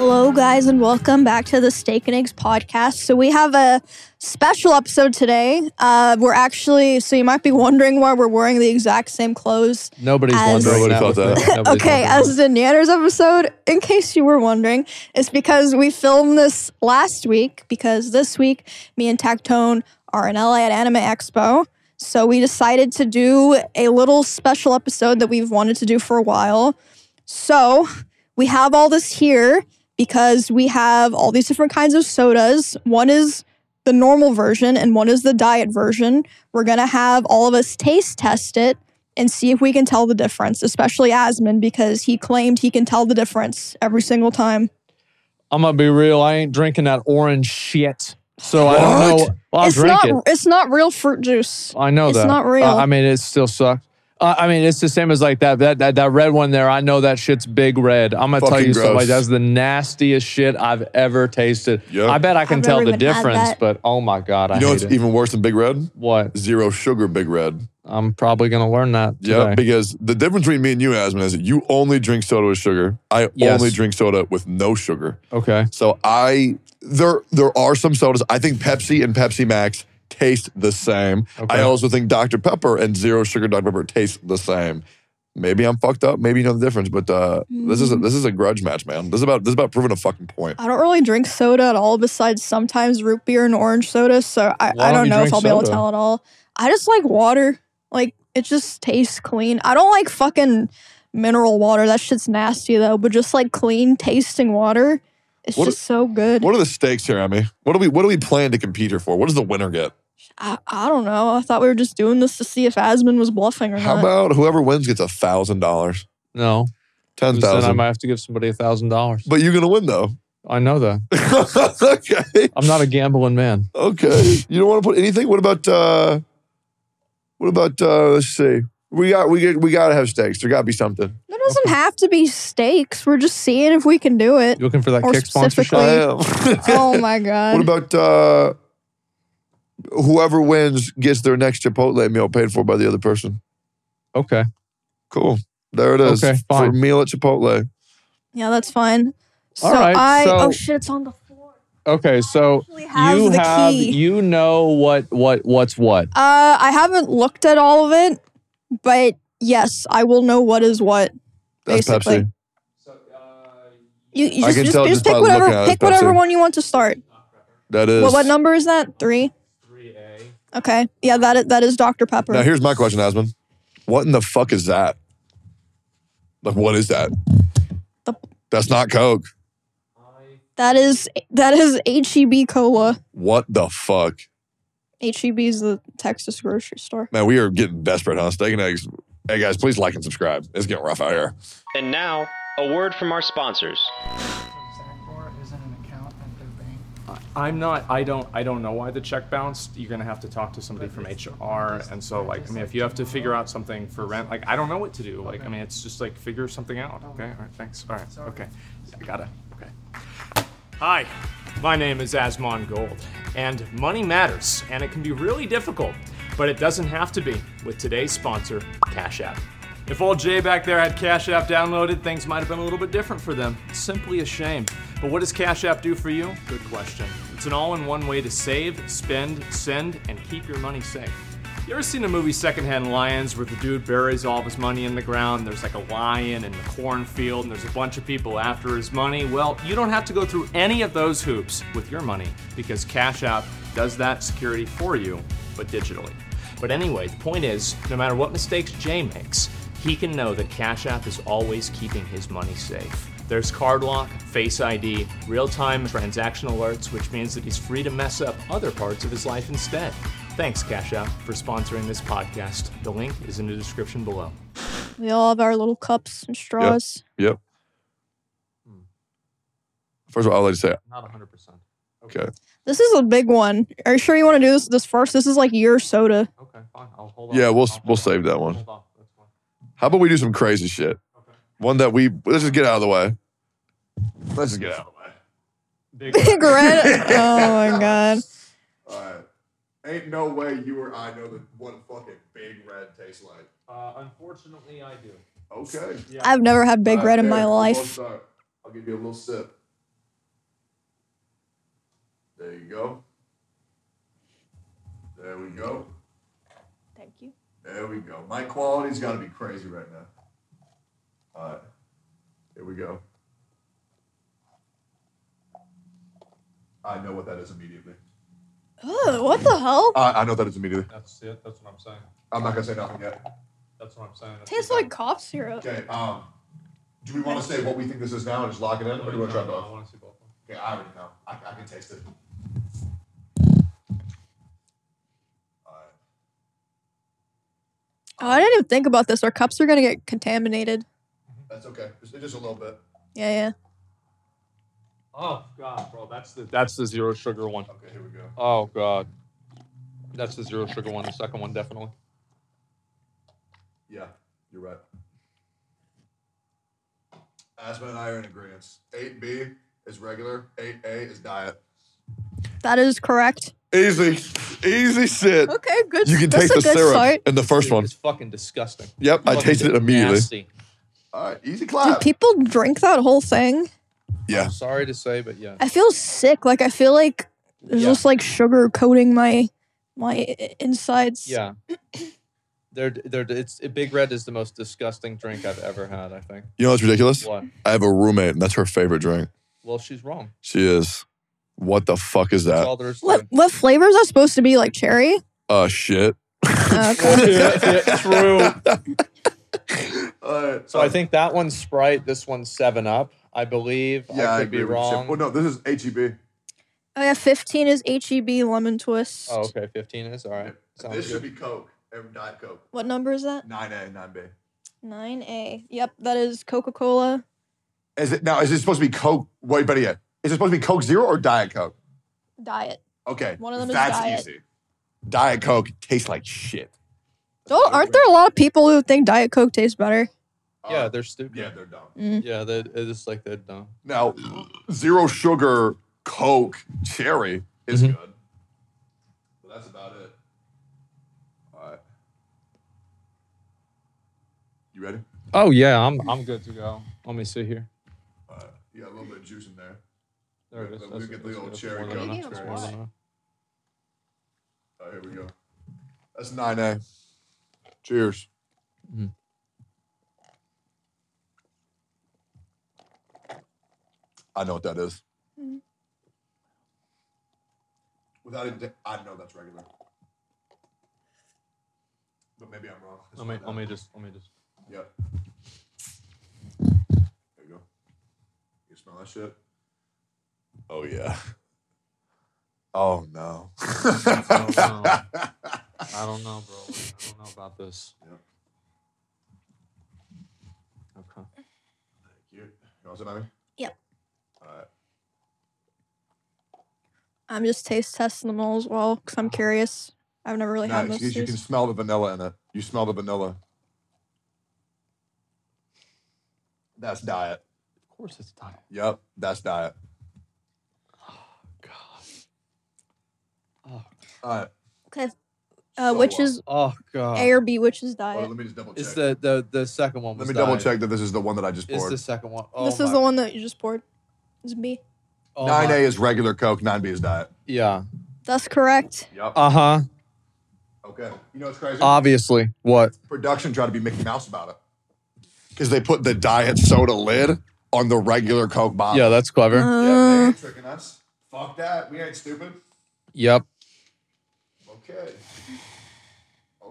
Hello, guys, and welcome back to the Steak and Eggs podcast. So, we have a special episode today. Uh, we're actually, so you might be wondering why we're wearing the exact same clothes. Nobody's As- wondering. Nobody thought was that. me. Nobody's okay, wondering. as the Nanners episode, in case you were wondering, it's because we filmed this last week because this week, me and Tactone are in LA at Anime Expo. So, we decided to do a little special episode that we've wanted to do for a while. So we have all this here because we have all these different kinds of sodas. One is the normal version and one is the diet version. We're going to have all of us taste test it and see if we can tell the difference, especially Asmin, because he claimed he can tell the difference every single time. I'm gonna be real. I ain't drinking that orange shit, so I don't What? know. I'll it's drink not it. it's not real fruit juice. I know it's that. not real. Uh, I mean, it still sucks. Uh, I mean, it's the same as like that, that that that red one there. I know that shit's big red. I'm gonna tell Fucking you something like gross. that's the nastiest shit I've ever tasted. Yeah. I bet I can I've tell never the even had difference, that. but oh my god, I You know hate what's it. even worse than Big Red? what? Zero sugar Big Red. I'm probably gonna learn that Yeah, today. because the difference between me and you, Asmin, is that you only drink soda with sugar. I Yes. only drink soda with no sugar. okay. So I there there are some sodas. I think Pepsi and Pepsi Max taste the same. Okay. I also think Dr. Pepper and zero sugar Dr. Pepper taste the same. Maybe I'm fucked up. Maybe you know the difference, but uh, this Mm. is a, this is a grudge match, man. This is about this is about proving a fucking point. I don't really drink soda at all, besides sometimes root beer and orange soda. So I, Why I don't don't you know if drink I'll be able to soda? tell at all. I just like water. Like it just tastes clean. I don't like fucking mineral water. That shit's nasty though. But just like clean tasting water, it's What- just so good. What are the stakes here, Emmy? What do we what do we plan to compete here for? What does the winner get? I, I don't know. I thought we were just doing this to see if Asmin was bluffing or How not. about whoever wins gets a thousand dollars, No. ten Then I thousand? might have to give somebody a thousand dollars. But you're gonna win though. I know that. okay, I'm not a gambling man. okay. You don't want to put anything. What about uh, what about uh, let's see. We got we get we gotta have stakes. There gotta be something. There doesn't have to be steaks. We're just seeing if we can do it. You looking for that Or kick sponsorship? specifically- I Wait. am. oh my what god. about uh, whoever wins gets their next Chipotle meal paid for by the other person? Okay. Cool. There it is. Okay, For fine. meal at Chipotle. yeah, that's fine. So All right, I so- oh shit, it's on the floor. Okay. So I actually have you the have key. you know what what what's what. Uh, I haven't looked at all of it, but yes, I will know what is what. That's Basically. Pepsi. You, you I just, can just, tell just just pick by looking whatever at it, pick whatever Pepsi. one you want to start. That is. What, what number is that? Three. Three A. Okay. Yeah, that is, that is Dr Pepper. Now here's my question, Asman. What in the fuck is that? Like, what is that? The- That's not Coke. that is that is H E B cola. What the fuck? H E B is the Texas grocery store. Man, we are getting desperate, huh? Steak and eggs. Hey guys, please like and subscribe. It's getting rough out here. And now, a word from our sponsors. Zachbar isn't an account at their bank. I'm not. I don't. I don't know why the check bounced. You're gonna have to talk to somebody from HR, and so like, I mean, if you have to figure out something for rent, like, I don't know what to do. Like, I mean, it's just like figure something out. Okay. All right. Thanks. All right. Okay. I gotta. Okay. Hi, my name is Asmon Gold, and money matters, and it can be really difficult, but it doesn't have to be with today's sponsor, Cash App. If old Jay back there had Cash App downloaded, things might have been a little bit different for them. It's simply a shame. But what does Cash App do for you? Good question. It's an all in one way to save, spend, send, and keep your money safe. You ever seen the movie Secondhand Lions where the dude buries all of his money in the ground? There's like a lion in the cornfield and there's a bunch of people after his money. Well, you don't have to go through any of those hoops with your money because Cash App does that security for you, but digitally. But anyway, the point is no matter what mistakes Jay makes, he can know that Cash App is always keeping his money safe. There's card lock, face ID, real time transaction alerts, which means that he's free to mess up other parts of his life instead. Thanks, Cash App, for sponsoring this podcast. The link is in the description below. We all have our little cups and straws. Yep. First of all, I'd like to say, Not 100. percent okay. This is a big one. Are you sure you want to do this this first? This is like your soda. Okay. Fine. I'll hold Yeah, we'll we'll save that one. How about we do some crazy shit? One that we let's just get out of the way. Let's just get out of the way. Big red. Oh my god. All right. Ain't no way you or I know that one fucking big red tastes like. Uh, unfortunately, I do. Okay. Uh, I've never had big red in my life. I'll give you a little sip. There you go. There we go. Thank you. There we go. My quality's got to be crazy right now. All right. Here we go. I know what that is immediately. Oh, what the hell? I, I know what that is immediately. That's it. That's what I'm saying. I'm not going to say nothing yet. That's what I'm saying. That's Tastes like cough syrup. Okay. Um, do we want to say what we think this is now and just lock it in? Or do we want to try both? want to see both. Okay, I already know. I, I can taste it. Oh, I didn't even think about this. Our cups are gonna get contaminated. That's okay. Just, just a little bit. Yeah, yeah. Oh god, bro, that's the that's the zero sugar one. Okay, here we go. Oh god, that's the zero sugar one. The second one definitely. Yeah, you're right. Aspen and I are in agreement. 8B is regular, 8A is diet. That is correct. Easy. Easy shit. Okay, good. You can That's taste a the good syrup start. in the first Dude, one. It's fucking disgusting. Yep, I Fucking tasted it immediately. nasty. All right, easy Do clap. people drink that whole thing? Yeah. Sorry to say, but yeah. I feel sick. Like I feel like there's Yeah. just like sugar coating my my i- insides. Yeah. They're, they're, it's Big Red is the most disgusting drink I've ever had. I think. You know what's ridiculous? What? I have a roommate, and that's her favorite drink. Well, she's wrong. She is. What the fuck is That's that? all there is. to What it. what flavor is that supposed to be? Like cherry? Uh, Uh, shit. Okay. Alright, So I think that one's Sprite. This one's Seven Up. I believe. I could be agree with you. wrong. Well, no, this is E HEB. oh yeah, fifteen is H E B lemon twist. Oh, okay. Fifteen is all right. Sounds this should good. be Coke and Diet Coke. What number is that? 9A, 9B. Nine A. Yep, that is Coca Cola. Is it now? Is it supposed to be Coke? Wait, better yet, is it supposed to be Coke Zero or Diet Coke? Diet. Okay, One of them is that's Diet. easy. Diet Coke tastes like shit. Don't, aren't there a lot of people who think Diet Coke tastes better? Mm, yeah, Uh, they're stupid. yeah, they're dumb. Yeah, they it's like they're dumb. Now, zero sugar Coke cherry is Mhm. good. But that's about it. All right. You ready? Oh yeah, I'm I'm good to go. Let me see here. All right. You got a little bit of juice in there. There it is. Let me That's- get the that's- old that's cherry more than coke. enough. Maybe That's it's more than what? enough. All right, Oh, here we go. That's 9A. Cheers. Mhm. I know what that is. Mhm. Without it, di- I know that's regular. But maybe I'm wrong. It's Let me let not that. me just let me just. Yep. There you go. You smell that shit? Oh yeah. Oh no. Oh, I don't know, bro. I don't know about this. Yep. Okay. You, you want some, Abby? Yep. All right. I'm just taste testing them all as well because I'm curious. I've never really had no, most you, of you can these. smell the vanilla in it. You smell the vanilla. That's diet. Of course it's diet. Yep, that's diet. God. Oh, All right. Okay. Uh, So, which uh, is oh God. A or B? Which is Hold on, diet? let me just double check. It's the the the second one. let Was me double diet. check that this is the one that I just It's poured. the second one. Oh this is my- the one that you just poured. Is B. oh my- Nine A is regular Coke. Nine B is diet. Yeah. That's correct. Yep. Uh Uh-huh. huh. okay. You know what's crazy? Uh, Obviously. What? production tried to be Mickey Mouse about it because they put the diet soda lid on the regular Coke bottle. Yeah, that's clever. yeah, they Uh, ain't tricking us. Fuck that. We ain't stupid. Yep. Okay.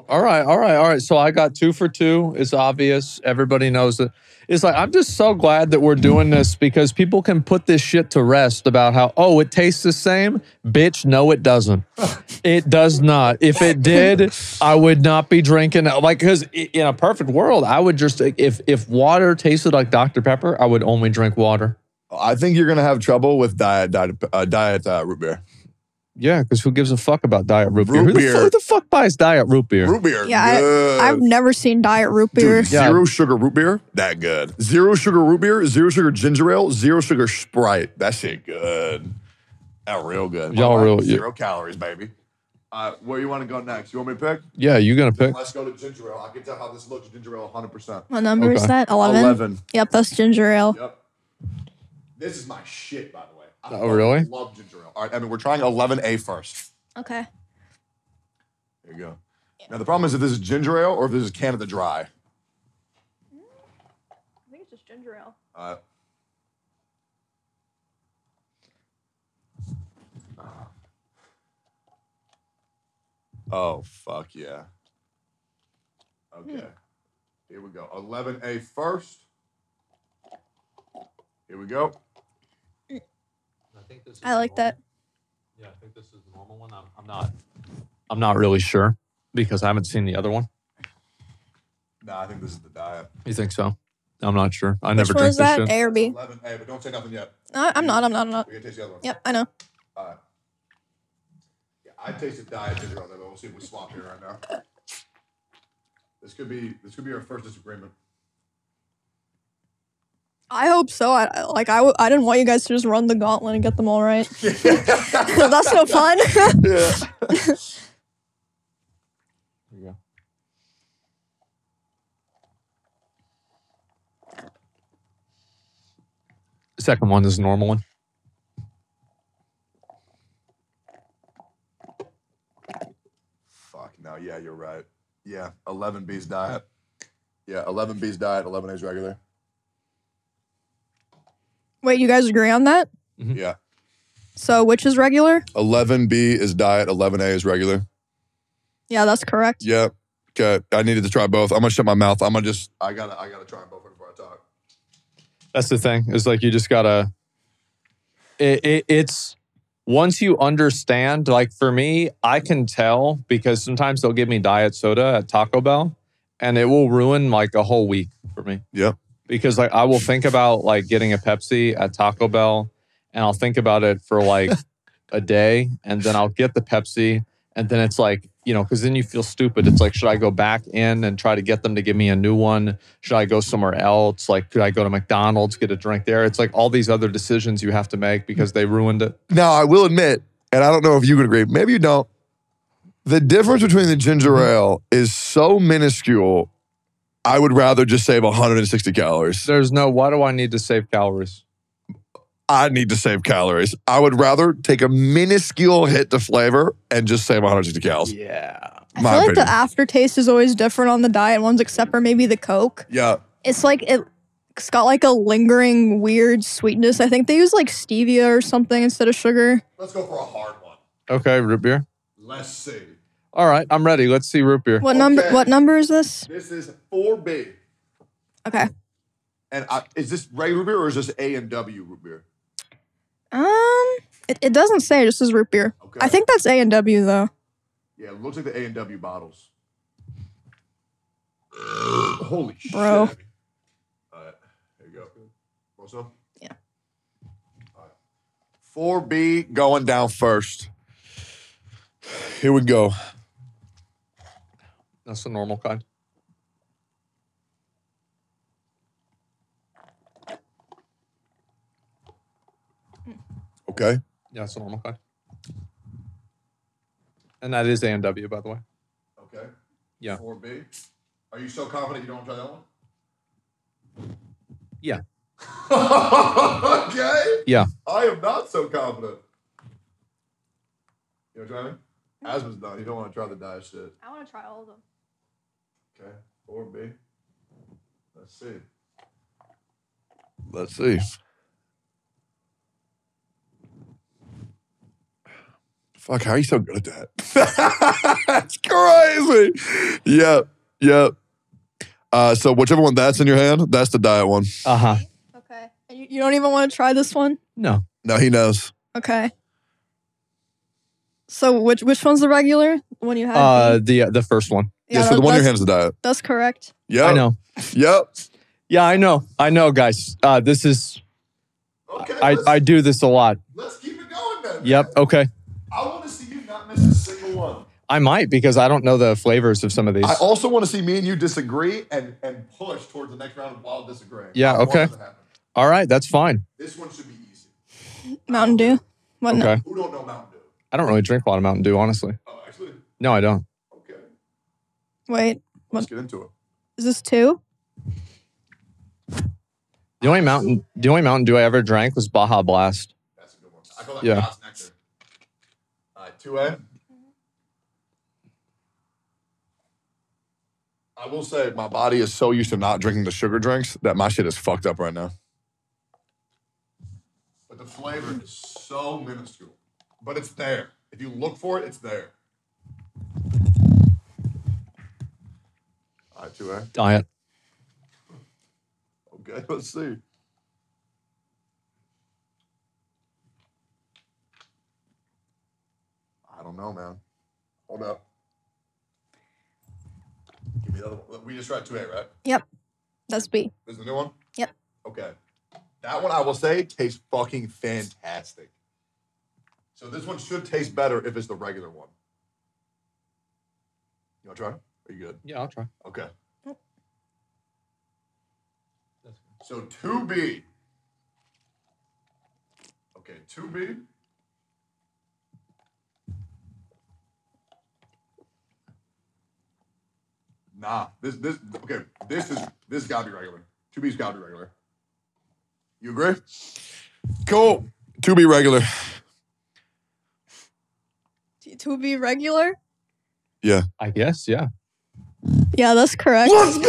All right, all right, all right. So I got two for two. It's obvious. Everybody knows it. It's like I'm just so glad that we're doing this because people can put this shit to rest about how oh it tastes the same. Bitch, no, it doesn't. It does not. If it did, I would not be drinking. it. Like because in a perfect world, I would just if if water tasted like Dr Pepper, I would only drink water. I think you're gonna have trouble with diet diet uh, diet uh, root beer. Yeah, because who gives a fuck about diet root beer? Root who, the beer. fu- who the fuck buys diet root beer? Root beer. Yeah, I- good. I've never seen diet root beer. Dude, zero sugar root beer, that good. Zero sugar root beer, zero sugar ginger ale, zero sugar Sprite. That shit good. That real good. Y'all Wow, real- zero calories, baby. Uh, where you want to go next? You want me to pick? yeah, you gonna pick? Let's go to ginger ale. I can tell how this looks. Ginger ale, hundred percent. What number is Okay. that? Eleven. Eleven. Yep, that's ginger ale. Yep. This is my shit, by the way. Oh, really? Love ginger ale. All right, I mean, we're trying 11A first. Okay. There you go. Now, the problem is if this is ginger ale or if this is Canada Dry. I think it's just ginger ale. Uh, oh, fuck yeah. Okay. Here we go. 11A first. Here we go. I like that. Yeah, I think this is the normal one. I'm, I'm not. I'm not really sure because I haven't seen the other one. Nah, I think this is the diet. You think so? I'm not sure. I Which never one drink is this that? shit. A or B? 11A, but don't say nothing yet. No, I'm not. I'm not. I'm not. We can taste the other one. Yep, I know. All right. Uh, Yeah, I tasted diet ginger ale, but we'll see if we swap here right now. This could be this could be our first disagreement. I hope so. I I- like. I, w- I didn't want you guys to just run the gauntlet and get them all right. That's no fun. Yeah. There you go. Second one is the normal one. Fuck no, yeah, you're right. Yeah, eleven B's diet. Yeah, eleven B's diet, eleven A's regular. Wait, you guys agree on that? Yeah. So which is regular? Eleven B is diet, eleven A is regular. Yeah, that's correct. Yeah. Okay. I needed to try both. I'm gonna shut my mouth. I'm gonna just I gotta I gotta try both before I talk. That's the thing. Is like you just gotta. It, it, it's once you understand. Like for me, I can tell because sometimes they'll give me diet soda at Taco Bell, and it will ruin like a whole week for me. Yeah. Because like I will think about like getting a Pepsi at Taco Bell, and I'll think about it for like a day, and then I'll get the Pepsi, and then it's like you know because then you feel stupid. It's like should I go back in and try to get them to give me a new one? Should I go somewhere else? Like, could I go to McDonald's, get a drink there? It's like all these other decisions you have to make because they ruined it. Now I will admit, and I don't know if you would agree, maybe you don't. The difference between the ginger ale is so minuscule. I would rather just save 160 calories. There's no, why do I need to save calories? I need to save calories. I would rather take a minuscule hit to flavor and just save 160 calories. Yeah. I My feel like opinion. the aftertaste is always different on the diet ones, except for maybe the Coke. Yeah. It's like it, it's got like a lingering weird sweetness. I think they use like stevia or something instead of sugar. Let's go for a hard one. Okay, root beer. Let's see. All right, I'm ready. Let's see root beer. What number? Okay. What number is this? This is 4B. Okay. And I, is this regular beer or is this A and W root beer? Um, it, it doesn't say. It just says root beer. Okay. I think that's A and W though. Yeah, it looks like the A and W bottles. Holy shit. Bro. Abby. All right, here you go. Want some? Yeah. All right. Four B going down first. Here we go. That's the normal kind. Okay. Yeah, that's the normal kind. And that is AMW, by the way. Okay. Yeah. Four B. Are you so confident you don't try that one? Yeah. okay. Yeah. I am not so confident. You know what I'm trying? Asthma's done. You don't want to try the diet shit. I want to try all of them. Okay, or B. Let's see. Let's see. Fuck, how are you so good at that? That's crazy. Yep, yep. Uh, so whichever one that's in your hand, that's the diet one. Uh huh. Okay. And you, you don't even want to try this one. No. No, he knows. Okay. So which which one's the regular? The one you had? Uh, the the first one. Yeah, so the one in that's, your hand is the diet. That's correct. Yep. I know. Yep. Yeah, I know. I know, guys. Uh, this is Okay. I I do this a lot. let's keep it going then. Yep. Okay. I want to see you not miss a single one. I might because I don't know the flavors of some of these. I also want to see me and you disagree and and push towards the next round while disagreeing. Yeah, I want okay. that to happen. All right, that's fine. This one should be easy. Mountain Dew. What? no- Okay. Who don't know Mountain Dew? I don't really drink a lot of Mountain Dew, honestly. Oh, actually, No, I don't. okay. Wait. Let's get into it. Is this two? The only mountain, the only Mountain Dew I ever drank was Baja Blast. That's a good one. I call that Yeah. God's nectar. Uh, 2A. I will say my body is so used to not drinking the sugar drinks that my shit is fucked up right now. But the flavor is so minuscule. But it's there. If you look for it, it's there. All right, 2A. Diet. Okay, let's see. I don't know, man. Hold up. Give me the other one. We just tried 2A, right? Yep. That's B. This is the new one? Yep. Okay. That one I will say tastes fucking fantastic. So this one should taste better if it's the regular one. You wanna try? Are you good? Yeah, I'll try. Okay. So 2B. Okay, 2B. Nah, this this okay, this is this gotta be regular. 2B's gotta be regular. You agree? Cool. To be regular. To be regular? I guess, yeah. Yeah, that's correct. Let's go.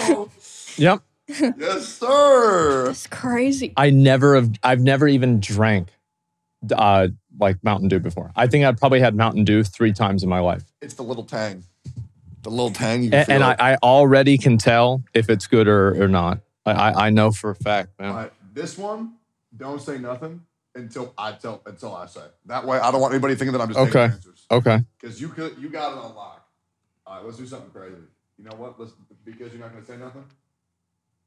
Oh, Yep. yes, sir. That's crazy. I never have I've never even drank uh like Mountain Dew before. I think I've probably had Mountain Dew three times in my life. It's the little tang. The little tang you And, and feel it. I, I already can tell if it's good or, or not. I, I, I know for a fact, man. All right, this one, don't say nothing until I tell until I say. That way, I don't want anybody thinking that I'm just taking Okay. answers. Okay. Because you could, you got it on lock. All right, let's do something crazy. You know what? Let's because you're not going to say nothing.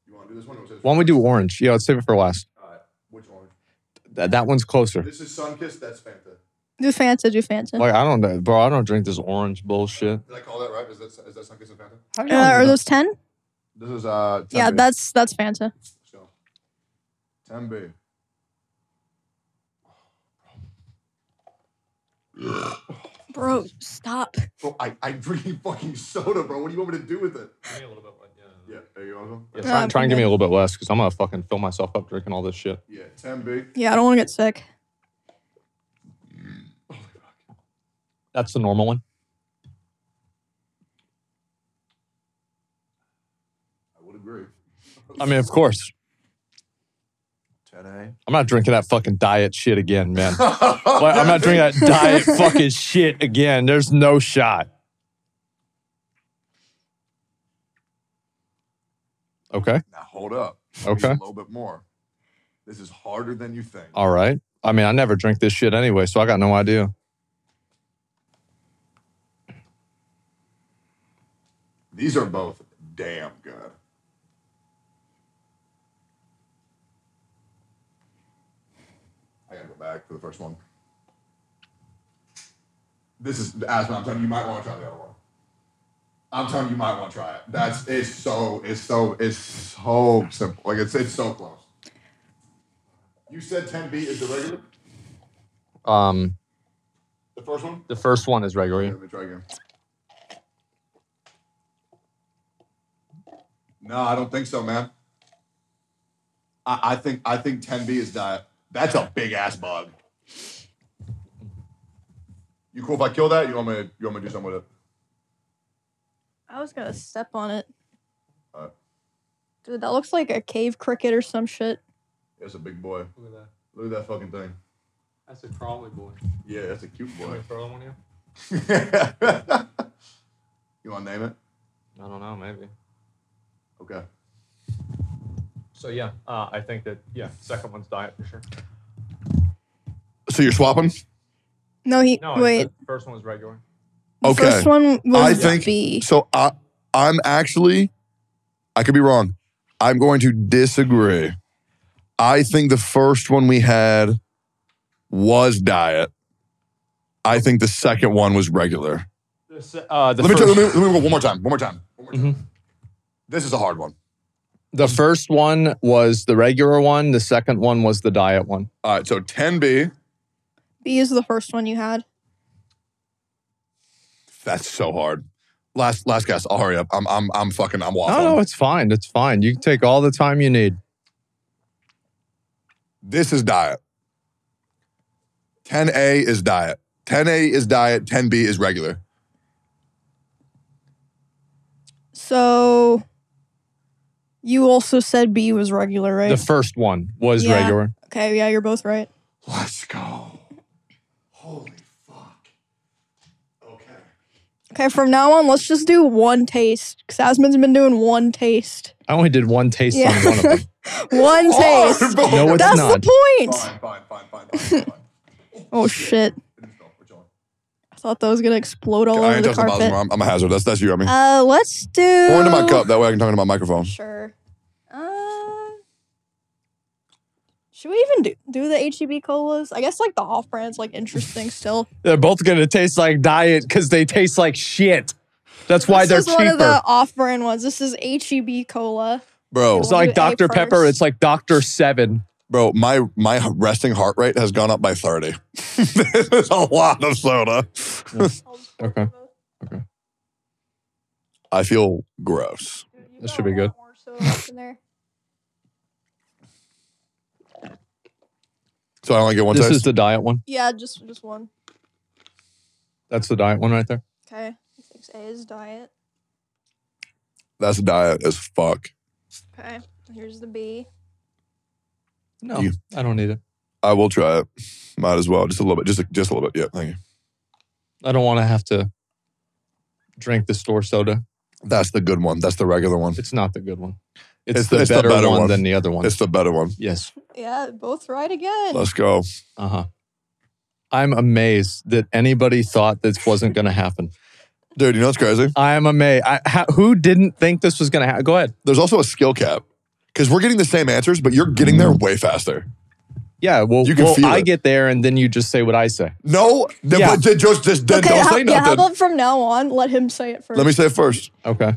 You want to do this one? Or Why don't we do orange? Yeah, let's save it for last. All right, which orange? That, that one's closer. This is Sunkissed. That's Fanta. Do Fanta, do Fanta. Like I don't know, bro. I don't drink this orange bullshit. Did I call that right? Is that is that Sunkissed and Fanta? Uh, are those 10? This is uh. 10 Yeah, B. that's that's Fanta. Let's go. Ten B. Bro, stop. Bro, I I'm drinking fucking soda, bro. What do you want me to do with it? Give me a little bit, like, yeah. Yeah, there you go. Yeah, Uh, try, try and give me a little bit less because I'm gonna fucking fill myself up drinking all this shit. Yeah, ten B. Yeah, I don't want to get sick. That's the normal one. I would agree. I mean, of course. 10A. I'm not drinking that fucking diet shit again, man. Like, I'm not drinking that diet fucking shit again. There's no shot. Okay. Now hold up. Okay. Just A little bit more. This is harder than you think. All right. I mean, I never drink this shit anyway, so I got no idea. These are both damn good. I gotta go back for the first one. This is asthma. I'm telling you, you might want to try the other one. I'm telling you, you might want to try it. That's it's so it's so it's so simple. Like it's it's so close. You said 10B is the regular, Um, the first one. the first one is regular. Let me try again. No, I don't think so, man. I, I think I think 10B is diet. That's a big ass bug. You cool if I kill that? You want me? You want me to do something with it? I was gonna step on it. Alright. Dude, that looks like a cave cricket or some shit. It's a big boy. Look at that. Look at that fucking thing. That's a crawly boy. Yeah, that's a cute boy. throw him on you? you want to name it? I don't know, maybe. Okay. So yeah, uh, I think that yeah, second one's diet for sure. So you're swapping? No, he No, wait. The first one was regular. The Okay. first one I was think B. so. I I'm actually, I could be wrong. I'm going to disagree. I think the first one we had was diet. I think the second one was regular. The, se- uh, the Let me, first, try, let, me, let me go one more time. One more time. One more time. This is a hard one. The first one was the regular one. The second one was the diet one. All right, so 10B. B is the first one you had. That's so hard. Last last guess. I'll hurry up. I'm I'm I'm fucking I'm waffling. No, no, it's fine. It's fine. You can take all the time you need. This is diet. 10A is diet. 10A is diet. 10B is regular. So you also said B was regular, right? The first one was Yeah. regular. okay, yeah, you're both right. Let's go. Holy fuck. Okay. Okay, from now on, let's just do one taste. Because Asmon's been doing one taste. I only did one taste Yeah. on one of them. One Oh, taste. No, it's That's not. the point. Fine, fine, fine, fine, fine, fine. Oh shit! Finish it off. We're chilling. I thought that was gonna explode all I over ain't the touching the bottles. carpet. I'm, I'm a hazard. That's that's you. I mean, Uh, let's do. pour into my cup. That way I can talk into my microphone. Sure. Uh, should we even do do the HEB colas? I guess like the off brands like interesting still. They're both gonna taste like diet because they taste like shit. That's why this they're is one of cheaper. the off brand ones. This is HEB cola. Bro, It's like We'll do A Dr. Pepper. first. It's like Dr. Seven. bro, my my resting heart rate has gone up by 30. There's a lot of soda. Okay. I feel gross. That should be good. So I only get one This taste. is the diet one. Yeah, just just one. That's the diet one right there. Okay. Six A is diet. That's diet as fuck. Okay. Here's the B. No, You- I don't need it. I will try it. Might as well. Just a little bit. Just a, just a little bit. Yeah, thank you. I don't want to have to drink the store soda. That's the good one. That's the regular one. It's not the good one. It's, It's the, the- it's the better, better one, one. than the other one. It's the better one. yes. Yeah, both right again. Let's go. Uh huh. I'm amazed that anybody thought this wasn't going to happen. Dude, you know what's crazy? I am amazed. I, ha, who didn't think this was going to happen? Go ahead. There's also a skill cap because we're getting the same answers, but you're getting there way faster. Yeah. Well, You can well, feel I it. get there and then you just say what I say. No, then- Yeah. but then just, just then okay, don't how, say yeah, how nothing. about from now on, let him say it first. Let me say it first. Okay.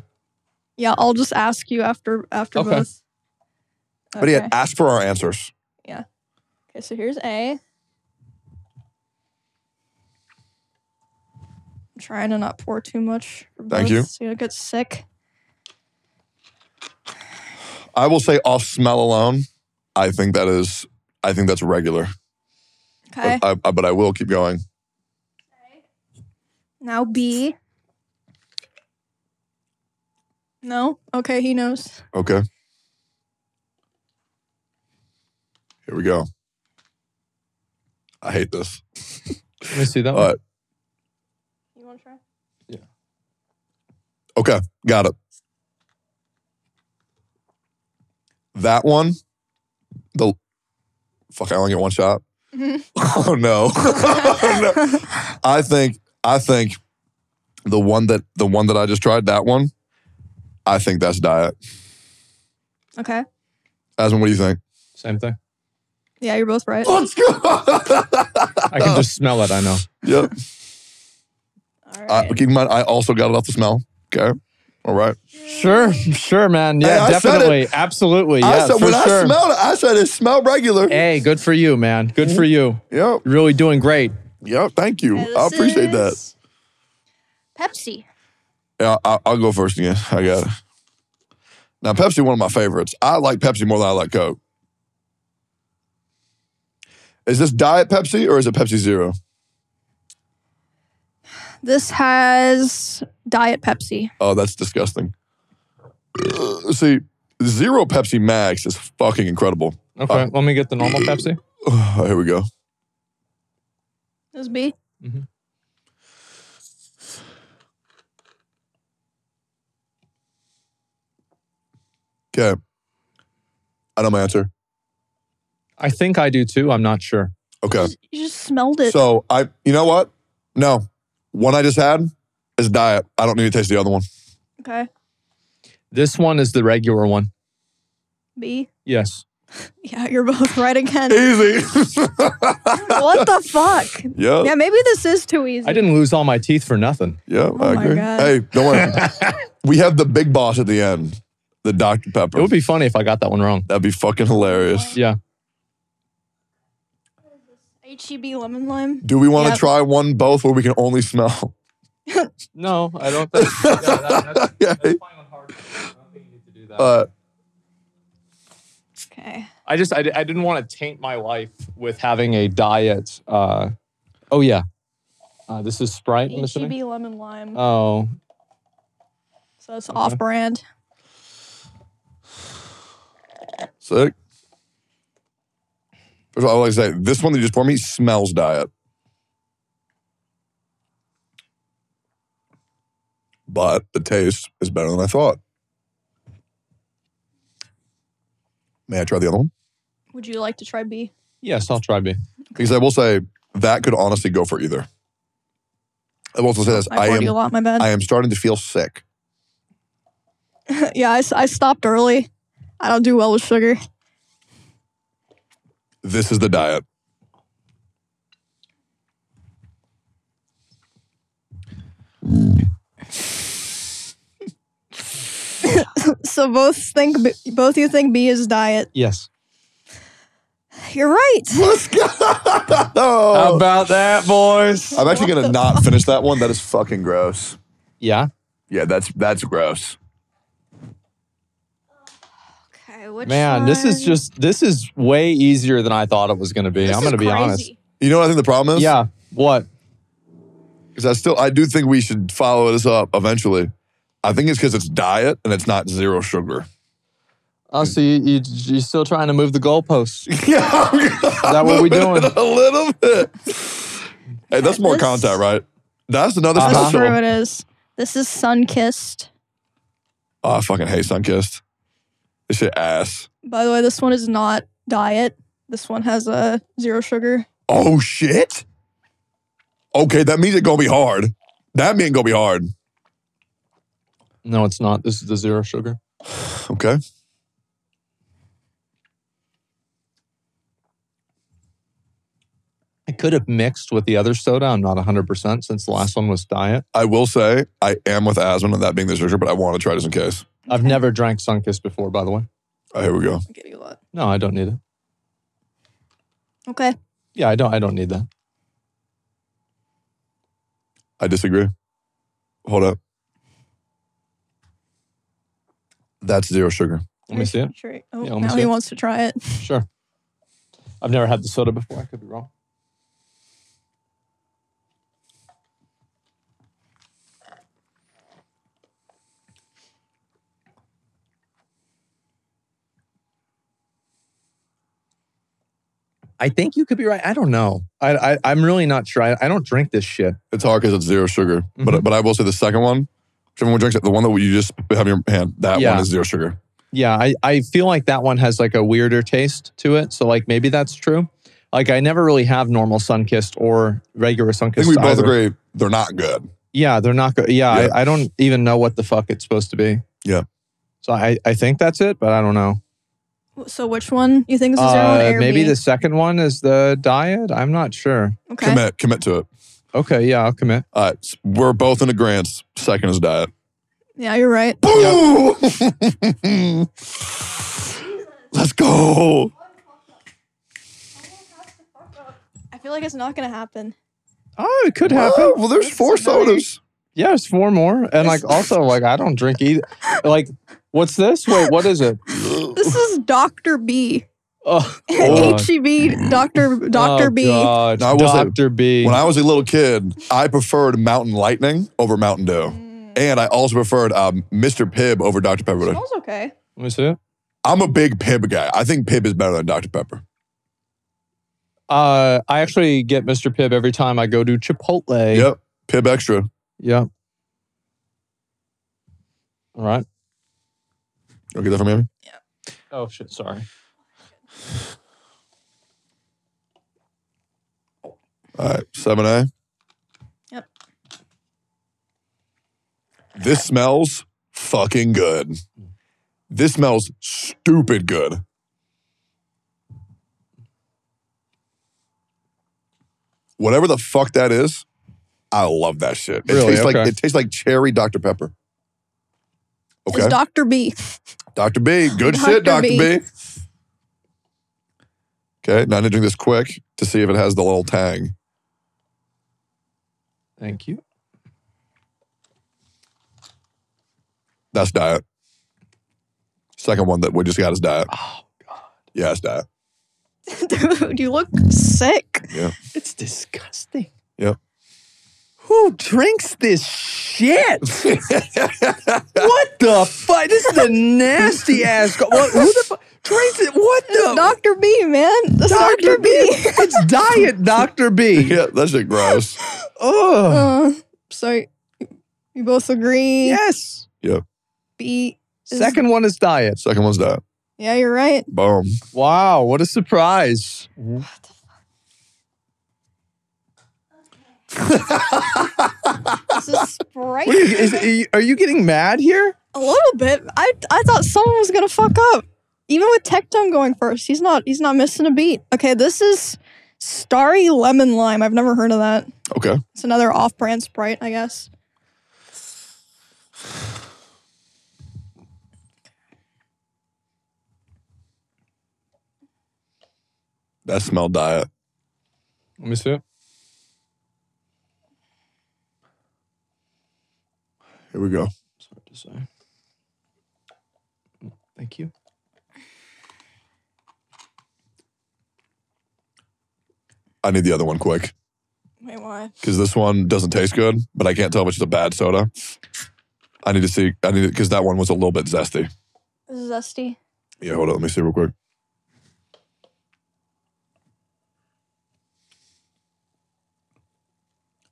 yeah, I'll just ask you after after Okay. both. But yeah, ask for our answers. Okay, so here's A. I'm trying to not pour too much. for Thank both, you. So you don't get sick. I will say off smell alone. I think that is. I think that's regular. Okay. But, I, I- but I will keep going. now B. No? Okay, he knows. Okay. Here we go. I hate this. Let me see that. All one. right. You want to try? Okay. Got it. That one. The fuck. I only get one shot. Mhm. oh no. Oh, No. I think. I think. The one that the one that I just tried. That one. I think that's diet. Okay. Asman, what do you think? Same thing. Yeah, you're both right. Let's go. I uh, can just smell it. I know. yep. All I, right. keep in mind, I also got it off the smell. Okay. All right. Sure. Sure, man. Yeah, I said it. definitely. Absolutely. Yeah, I said, for when sure. I smelled it, I said it smelled regular. hey, good for you, man. Good for you. Yep. You're really doing great. Yep. Thank you. Okay, I this appreciate that. is Pepsi. Yeah, I, I'll go first again. I got it. Now, Pepsi, one of my favorites. I like Pepsi more than I like Coke. Is this Diet Pepsi or is it Pepsi Zero? This has Diet Pepsi. Oh, that's disgusting. Ugh, See, Zero Pepsi Max is fucking incredible. Okay. Uh, let me get the normal Pepsi. here we go. This B. Okay. I know my answer. I think I do too. I'm not sure. Okay. You just smelled it. So I, you know what? No, one I just had is diet. I don't need to taste the other one. okay. This one is the regular one. B. Yes. Yeah, you're both right again. Easy. what the fuck? yeah. Yeah, maybe this is too easy. I didn't lose all my teeth for nothing. Yeah. I Oh my agree. God. Hey, don't worry. we have the big boss at the end, the Dr It Pepper. would be funny if I got that one wrong. That'd be fucking hilarious. Yeah. HEB E lemon lime. Do we want to Yep. try one both where we can only smell? No, I don't think. Okay. Uh, Okay. I just I, di- I didn't want to taint my life with having a diet uh, Oh yeah. Uh, this is Sprite. I'm assuming. HEB E lemon lime. Oh, so it's off brand. Sick. First of all, I would like to say this one that you just poured me smells diet. But the taste is better than I thought. May I try the other one? Would you like to try B? yes. I'll try B. Because I will say that could honestly go for either. I will also say this. I I poured you a am lot, my bad. I am starting to feel sick. yeah, I, s- I stopped early. I don't do well with sugar. This is the diet. So both think B, both you think B is diet. Yes. You're right. Let's go. Oh. How about that, boys? Uh, I'm actually gonna not finish that one. That is fucking gross. Yeah. Yeah, that's that's gross. okay, which Man, this is one? just this is way easier than I thought it was gonna be. This I'm is gonna be crazy. honest. You know what I think the problem is? Yeah. What? because I still I do think we should follow this up eventually. I think it's because it's diet and it's not zero sugar. Oh, so you, you you're still trying to move the goalposts? Is Yeah, that what we doing? a little bit. Hey, that's more This- content, right? That's another That's Uh-huh. true. special. It is. This is sun kissed. Oh, I fucking hate Sunkist. This shit ass. By the way, this one is not diet. This one has a zero sugar. Oh shit. Okay, that means it gonna be hard. That mean gonna be hard. No, it's not. This is the zero sugar. Okay. I could have mixed with the other soda. I'm not 100% since the last one was diet. I will say I am with Asmund on that being the sugar, but I want to try just in case. I've never drank Sunkist before, by the way. All right, here we go. I'll give you a lot. No, I don't need it. Okay. Yeah, I don't I don't need that. I disagree. Hold up. That's zero sugar. Let me see it. Sure. Oh, Yeah, let me now see he it. wants to try it. Sure. I've never had the soda before. I could be wrong. I think you could be right. I don't know. I, I I'm really not sure. I, I don't drink this shit. It's hard because it's zero sugar. But Mhm. but I will say the second one, which everyone drinks it, the one that you just have in your hand, that Yeah. one is zero sugar. Yeah, I, I feel like that one has like a weirder taste to it. So like maybe that's true. Like I never really have normal sunkissed or regular sunkissed. I think we both either. agree they're not good. Yeah, they're not good. Yeah, Yeah. I, I don't even know what the fuck it's supposed to be. Yeah. So I, I think that's it, but I don't know. So which one you think is a zero and Uh, air maybe B? the second one is the diet. I'm not sure. Okay. Commit, commit to it. Okay, yeah, I'll commit. All right, Uh, s- we're both in agreement. Second is diet. Yeah, you're right. Boo! Let's go. I feel like it's not gonna happen. Oh, it could happen. Oh, well, there's four sodas. Yeah, it's four more. And like also like I don't drink either. Like, what's this? Wait, what is it? This is Doctor B. Oh, H E B. Doctor Doctor oh, B. God. No, I will say, Dr. B. When I was a little kid, I preferred Mountain Lightning over Mountain Dew. And I also preferred um, Mr. Pibb over Dr. Pepper. Smells okay. Let me see it. I'm a big Pibb guy. I think Pibb is better than Dr. Pepper. Uh, I actually get Mr. Pibb every time I go to Chipotle. Yep. Pibb Extra. Yep. All right. You'll get that from Amy? Oh shit, sorry. All right. 7A. Yep. This smells fucking good. This smells stupid good. Whatever the fuck that is, I love that shit. It Really? tastes like Okay. it tastes like cherry Dr. Pepper. Okay. It's Doctor B. Dr. B. Good shit, Dr. Dr. B. B. Okay, now I need to drink this quick to see if it has the little tang. Thank you. That's diet. Second one that we just got is diet. Oh, God. Yeah, it's diet. Dude, you look sick. It's disgusting. Yep. Who drinks this shit? what the fuck? This is a nasty ass. co- What, who the fuck drinks it? What the? Dr. B, man. It's Dr. B. it's Diet Dr. B. yeah, that shit gross. Oh, Uh, so you both agree yes. B is- Second one is diet. Second one's that. Yeah, you're right. Boom. Wow, what a surprise. This is Sprite. What are, you, is, are you- are you getting mad here? A little bit. I I thought someone was gonna fuck up. Even with Tectone going first, he's not he's not missing a beat. Okay, this is Starry Lemon Lime. I've never heard of that. Okay. It's another off-brand Sprite, I guess. That smell diet. Let me see it. Here we go. It's hard to say. Thank you. I need the other one quick Wait, why? because this one doesn't taste good, but I can't tell if it's just a bad soda. I need to see. I need because that one was a little bit zesty. This is zesty. Yeah, hold on. Let me see real quick.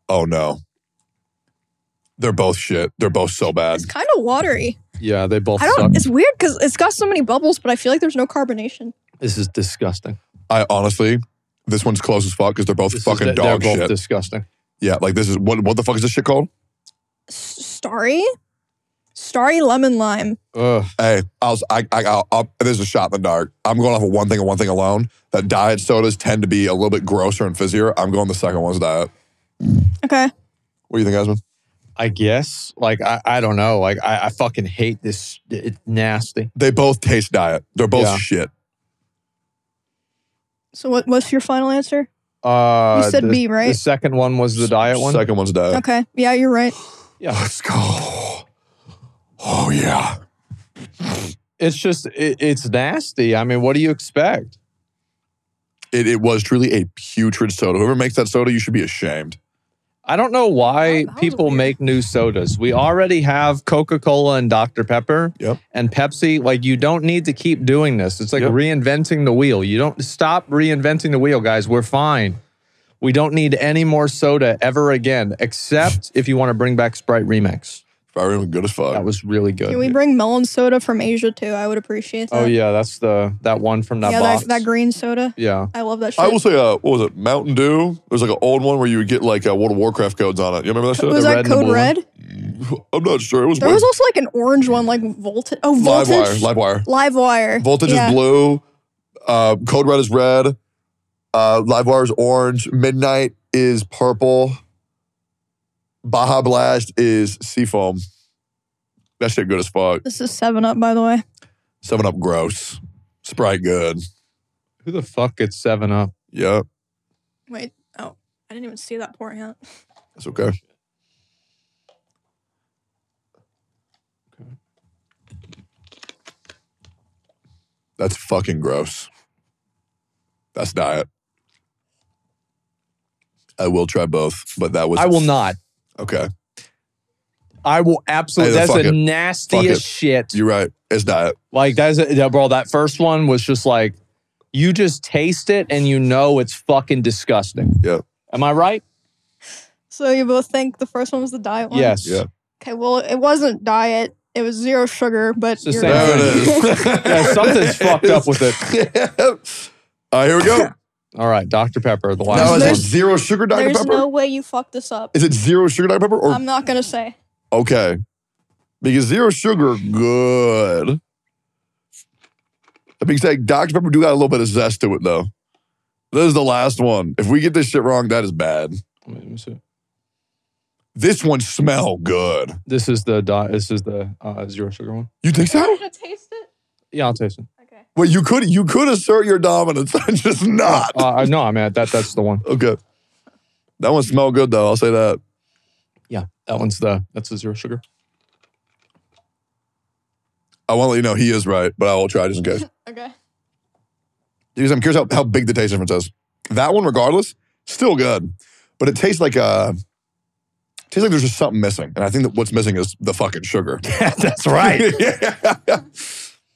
Oh no. They're both shit. They're both so bad. It's kind of watery. Yeah, they both I suck. don't. It's weird because it's got so many bubbles, but I feel like there's no carbonation. This is disgusting. I honestly, this one's close as fuck because they're both This is- fucking they're dog both shit. disgusting. yeah, like this is what what the fuck is this shit called? S- starry, starry lemon lime. Ugh. Hey, I was I I I'll, I'll, this is a shot in the dark. I'm going off of one thing and one thing alone. That diet sodas tend to be a little bit grosser and fizzier. I'm going the second one's diet. Okay. What do you think, Esmond? I guess. Like I, I don't know. Like I, I fucking hate this. It's nasty. They both taste diet. They're both Yeah. shit. So what? What's your final answer? Uh, You said the, B, right? The second one was the diet one. Second one's diet. Okay. Yeah, you're right. Yeah, Let's go. Oh yeah. it's just it, it's nasty. I mean, what do you expect? It, it was truly a putrid soda. Whoever makes that soda, you should be ashamed. I don't know That- why that was people weird. make new sodas. We already have Coca Cola and Dr Pepper Yep. and Pepsi. Like you don't need to keep doing this. It's like Yep. reinventing the wheel. You don't stop reinventing the wheel, guys. We're fine. We don't need any more soda ever again, except if you want to bring back Sprite Remix. Fire good as fuck. That was really good. Can we bring melon soda from Asia too? I would appreciate that. Oh yeah, that's the that one from that yeah, box. that, that green soda. yeah, I love that shit. I will say, uh, what was it? Mountain Dew. It was like an old one where you would get like uh, World of Warcraft codes on it. You remember that shit? was the that red and the Code blue one. Red? I'm not sure. It was, There was also like an orange one, like Voltage. Oh, live Voltage. wire. Live wire. Live wire. Voltage Yeah. is blue. Uh, Code Red is red. Uh, Livewire is orange. Midnight is purple. Baja Blast is seafoam. That shit good as fuck. This is Seven Up, by the way. Seven Up gross. Sprite good. Who the fuck gets Seven Up? Yeah, Wait. Oh, I didn't even see that pouring out. that's okay. That's fucking gross. That's diet. I will try both, but that was I will not. Okay. I will absolutely. Hey, that's fuck the it. nastiest shit. You're right. It's diet. Like that's a, yeah, bro. That first one was just like you just taste it and you know it's fucking disgusting. Yeah. Am I right? So you both think the first one was the diet one? Yes. Yeah. Okay. Well, it wasn't diet. It was zero sugar, but It's the you're same right. There it thing. is. Yeah, something's fucked up with it. it. uh, here we go. All right, Dr Pepper, the Now last is it There's- zero sugar Dr. There's Pepper? no way you fucked this up. is it zero sugar Dr. Pepper? Or I'm not gonna say. okay. Because zero sugar, good. That being said, Dr. Pepper do got a little bit of zest to it though. This is the last one. If we get this shit wrong, that is bad. one. Let me see. This one smell good. This is the di- this is the uh, zero sugar one. You think so? gonna taste it. Yeah, I'll taste it. Okay. Well, you could you could assert your dominance. I'm just not. Uh, I- no, I mean that that's the one. Okay. That one smelled good though. I'll say that. Yeah, that one's the that's the zero sugar. I want to let you know he is right, but I will try just in case. Okay. Because I'm curious how, how big the taste difference is. That one, regardless, still good. but it tastes like uh tastes like there's just something missing. And I think that what's missing is the fucking sugar. That's right.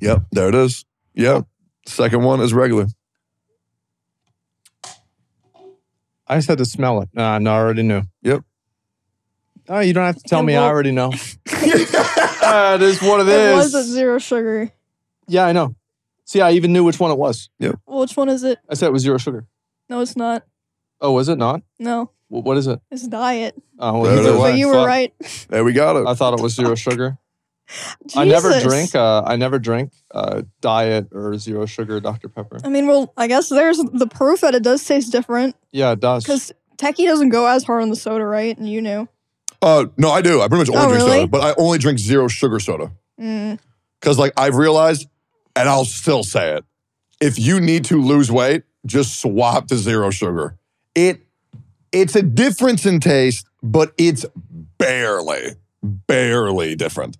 Yep, there it is. Yep. Second one is regular. I just had to smell it. Uh, no, I already knew. Yep. Oh, you don't have to tell It me. I won't- already know. Ah, it is what it It is. was at zero sugar. yeah, I know. See, I even knew which one it was. Which one is it? I said it was zero sugar. No, it's not. Oh, was it not? No, Wh- What is it? it's diet. Oh, well, There it either is. But way. you were Fuck. right. There we got it. I thought it was zero sugar. I never Jesus. drink. Uh, I never drink uh, diet or zero sugar Dr Pepper. I mean, well, I guess there's the proof that it does taste different Yeah, it does. because Techie doesn't go as hard on the soda, right? And you knew. Uh, no, I do. I pretty much only Oh, drink really? soda, but I only drink zero sugar soda. Mm. Because like I've realized, and I'll still say it, if you need to lose weight, just swap to zero sugar. It it's a difference in taste, but it's barely, barely different.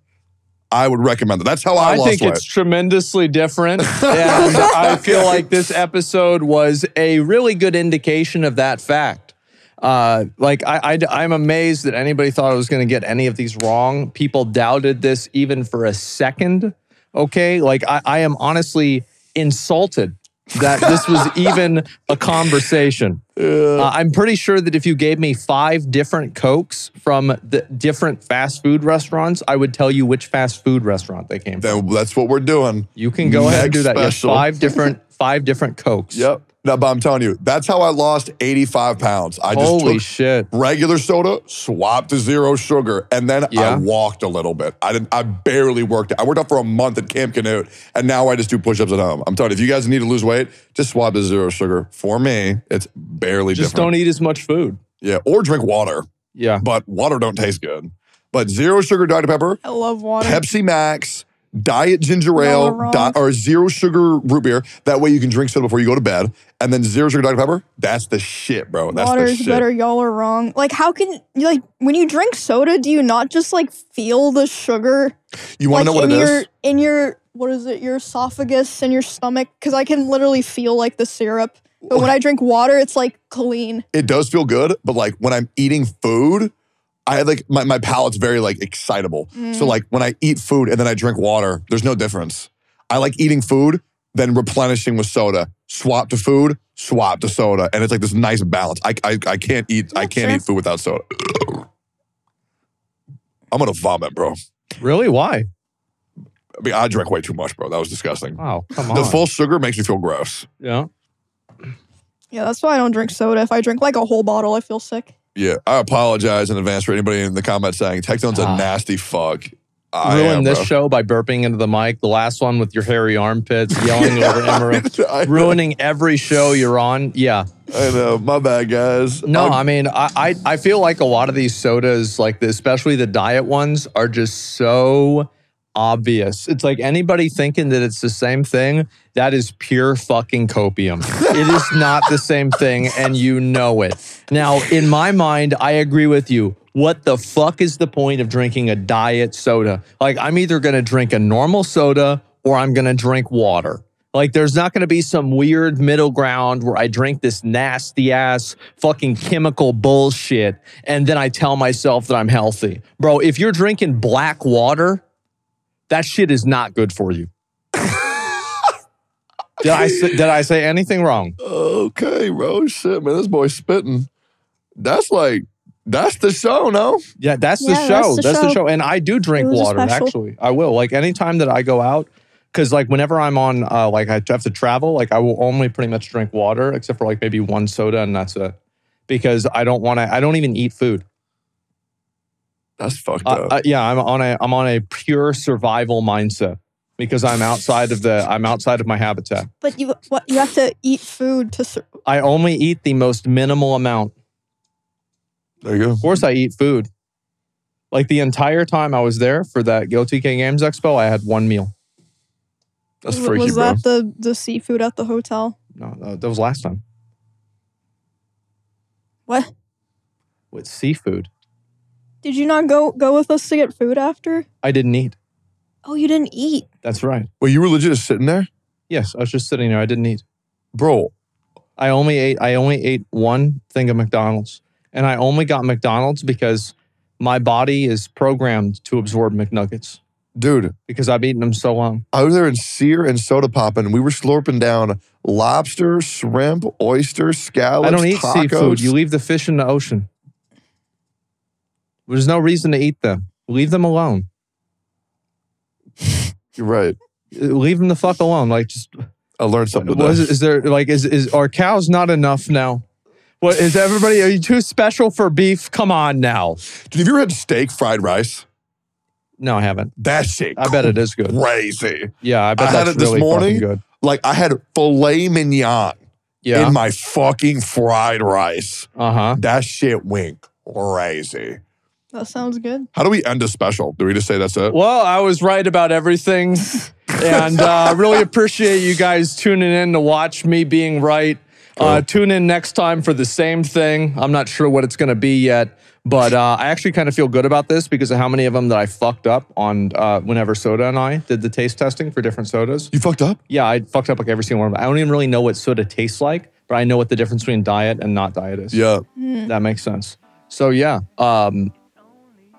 I would recommend that. That's how I, I lost think weight. it's tremendously different. and I feel like this episode was a really good indication of that fact. Uh, like I, I, am amazed that anybody thought I was going to get any of these wrong. People doubted this even for a second. Okay, like I, I am honestly insulted that this was even a conversation. Uh, I'm pretty sure that if you gave me five different cokes from the different fast food restaurants, I would tell you which fast food restaurant they came from. Then that's what we're doing. You can go ahead and Next do that. You have special. five different five different cokes. Yep. Now, but I'm telling you, that's how I lost 85 pounds. I just Holy took shit. regular soda, swapped to zero sugar, and then I Yeah. walked a little bit. I didn't. I barely worked. I worked out for a month at Camp Canute, and now I just do push-ups at home. I'm telling you, if you guys need to lose weight, just swap to zero sugar. For me, it's barely Just different. don't eat as much food. yeah, or drink water, Yeah. but water don't taste good. But zero sugar Dr Pepper, I love water. Pepsi Max. Diet ginger Y'all are ale wrong. di- or zero sugar root beer. That way you can drink soda before you go to bed. And then zero sugar Dr. Pepper. That's the shit, bro. That's Water the is shit. better. Y'all are wrong. Like, how can you like when you drink soda? Do you not just like feel the sugar? You like want to know what in it is? your in your what is it? Your esophagus and your stomach? Because I can literally feel like the syrup. But when I drink water, it's like clean. it does feel good, but like when I'm eating food, I have like my, my palate's very like excitable. Mm. So like when I eat food and then I drink water, there's no difference. I like eating food, then replenishing with soda. Swap to food, swap to soda. And it's like this nice balance. I I, I can't eat I Yeah, sure. can't eat food without soda. I'm gonna vomit, bro. Really? Why? I mean, I drank way too much, bro. That was disgusting. Wow. Come on. The full sugar makes me feel gross. yeah. Yeah, that's why I don't drink soda. If I drink like a whole bottle, I feel sick. Yeah. I apologize in advance for anybody in the comments saying Tectone's Ah. a nasty fuck. I Ruin am, this bro. show by burping into the mic. The last one with your hairy armpits, yelling over Emmerich. I- Ruining every show you're on. Yeah. I know. My bad, guys. No, I'll- I mean, I, I I feel like a lot of these sodas, like the, especially the diet ones, are just so obvious. It's like anybody thinking that it's the same thing. That is pure fucking copium. it is not the same thing, and you know it. Now, in my mind, I agree with you. What the fuck is the point of drinking a diet soda? Like, I'm either gonna drink a normal soda or I'm gonna drink water. Like, there's not going to be some weird middle ground where I drink this nasty ass fucking chemical bullshit and then I tell myself that I'm healthy. Bro, if you're drinking black water, that shit is not good for you. did, I say, did I say anything wrong? okay, bro. Shit, man. This boy's spitting. That's like, that's the show, no? Yeah, that's the Yeah, show. That's the, show. And I do drink It was a water, special. actually. I will. Like, anytime that I go out, because like whenever I'm on, uh, like I have to travel, like I will only pretty much drink water, except for like maybe one soda, and that's it. Because I don't want to. I don't even eat food. That's fucked Uh, up. uh, yeah, I'm on a I'm on a pure survival mindset because I'm outside of the I'm outside of my habitat. But you what you have to eat food to sur- I only eat the most minimal amount. there you go. Of course, I eat food. Like the entire time I was there for that Guilty K Games Expo, I had one meal. That's was- freaky, was bro. that the the seafood at the hotel? No, no, that was last time What with seafood. did you not go go with us to get food after? I didn't eat. Oh, you didn't eat. That's right. Well, you were legit just sitting there? Yes, I was just sitting there. I didn't eat. Bro, I only ate I only ate one thing of McDonald's, and I only got McDonald's because my body is programmed to absorb McNuggets Dude, because I've eaten them so long. I was there in Sear and Soda Poppin'. We were slurping down lobster, shrimp, oyster, scallops, I don't eat tacos. seafood. You leave the fish in the ocean. There's no reason to eat them. Leave them alone. You're right. Uh, Leave them the fuck alone. Like just I learned something today. was is there like is is are cows not enough now? What is everybody? Are you too special for beef? Come on now. Dude, have you ever had steak fried rice? No, I haven't. That shit I bet it is good. crazy. Yeah, I bet I had that's it this really fucking morning. good. Like I had filet mignon Yeah. in my fucking fried rice. Uh huh. That shit went crazy. That sounds good. How do we end a special? Do we just say that's it? Well, I was right about everything, and uh, I really appreciate you guys tuning in to watch me being right. Uh, tune in next time for the same thing. I'm not sure what it's going to be yet, but uh, I actually kind of feel good about this because of how many of them that I fucked up on uh, whenever Soda and I did the taste testing for different sodas. You fucked up? Yeah, I fucked up like every single one of them. I don't even really know what soda tastes like, but I know what the difference between diet and not diet is. Yeah. That makes sense. So yeah, um,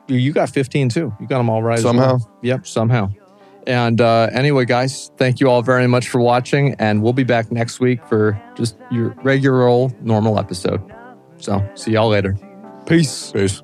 you- you got 15 too. You got them all right as Somehow. well. Yep, somehow. And uh, anyway, guys, thank you all very much for watching, and we'll be back next week for just your regular old normal episode. So see y'all later. Peace. Peace.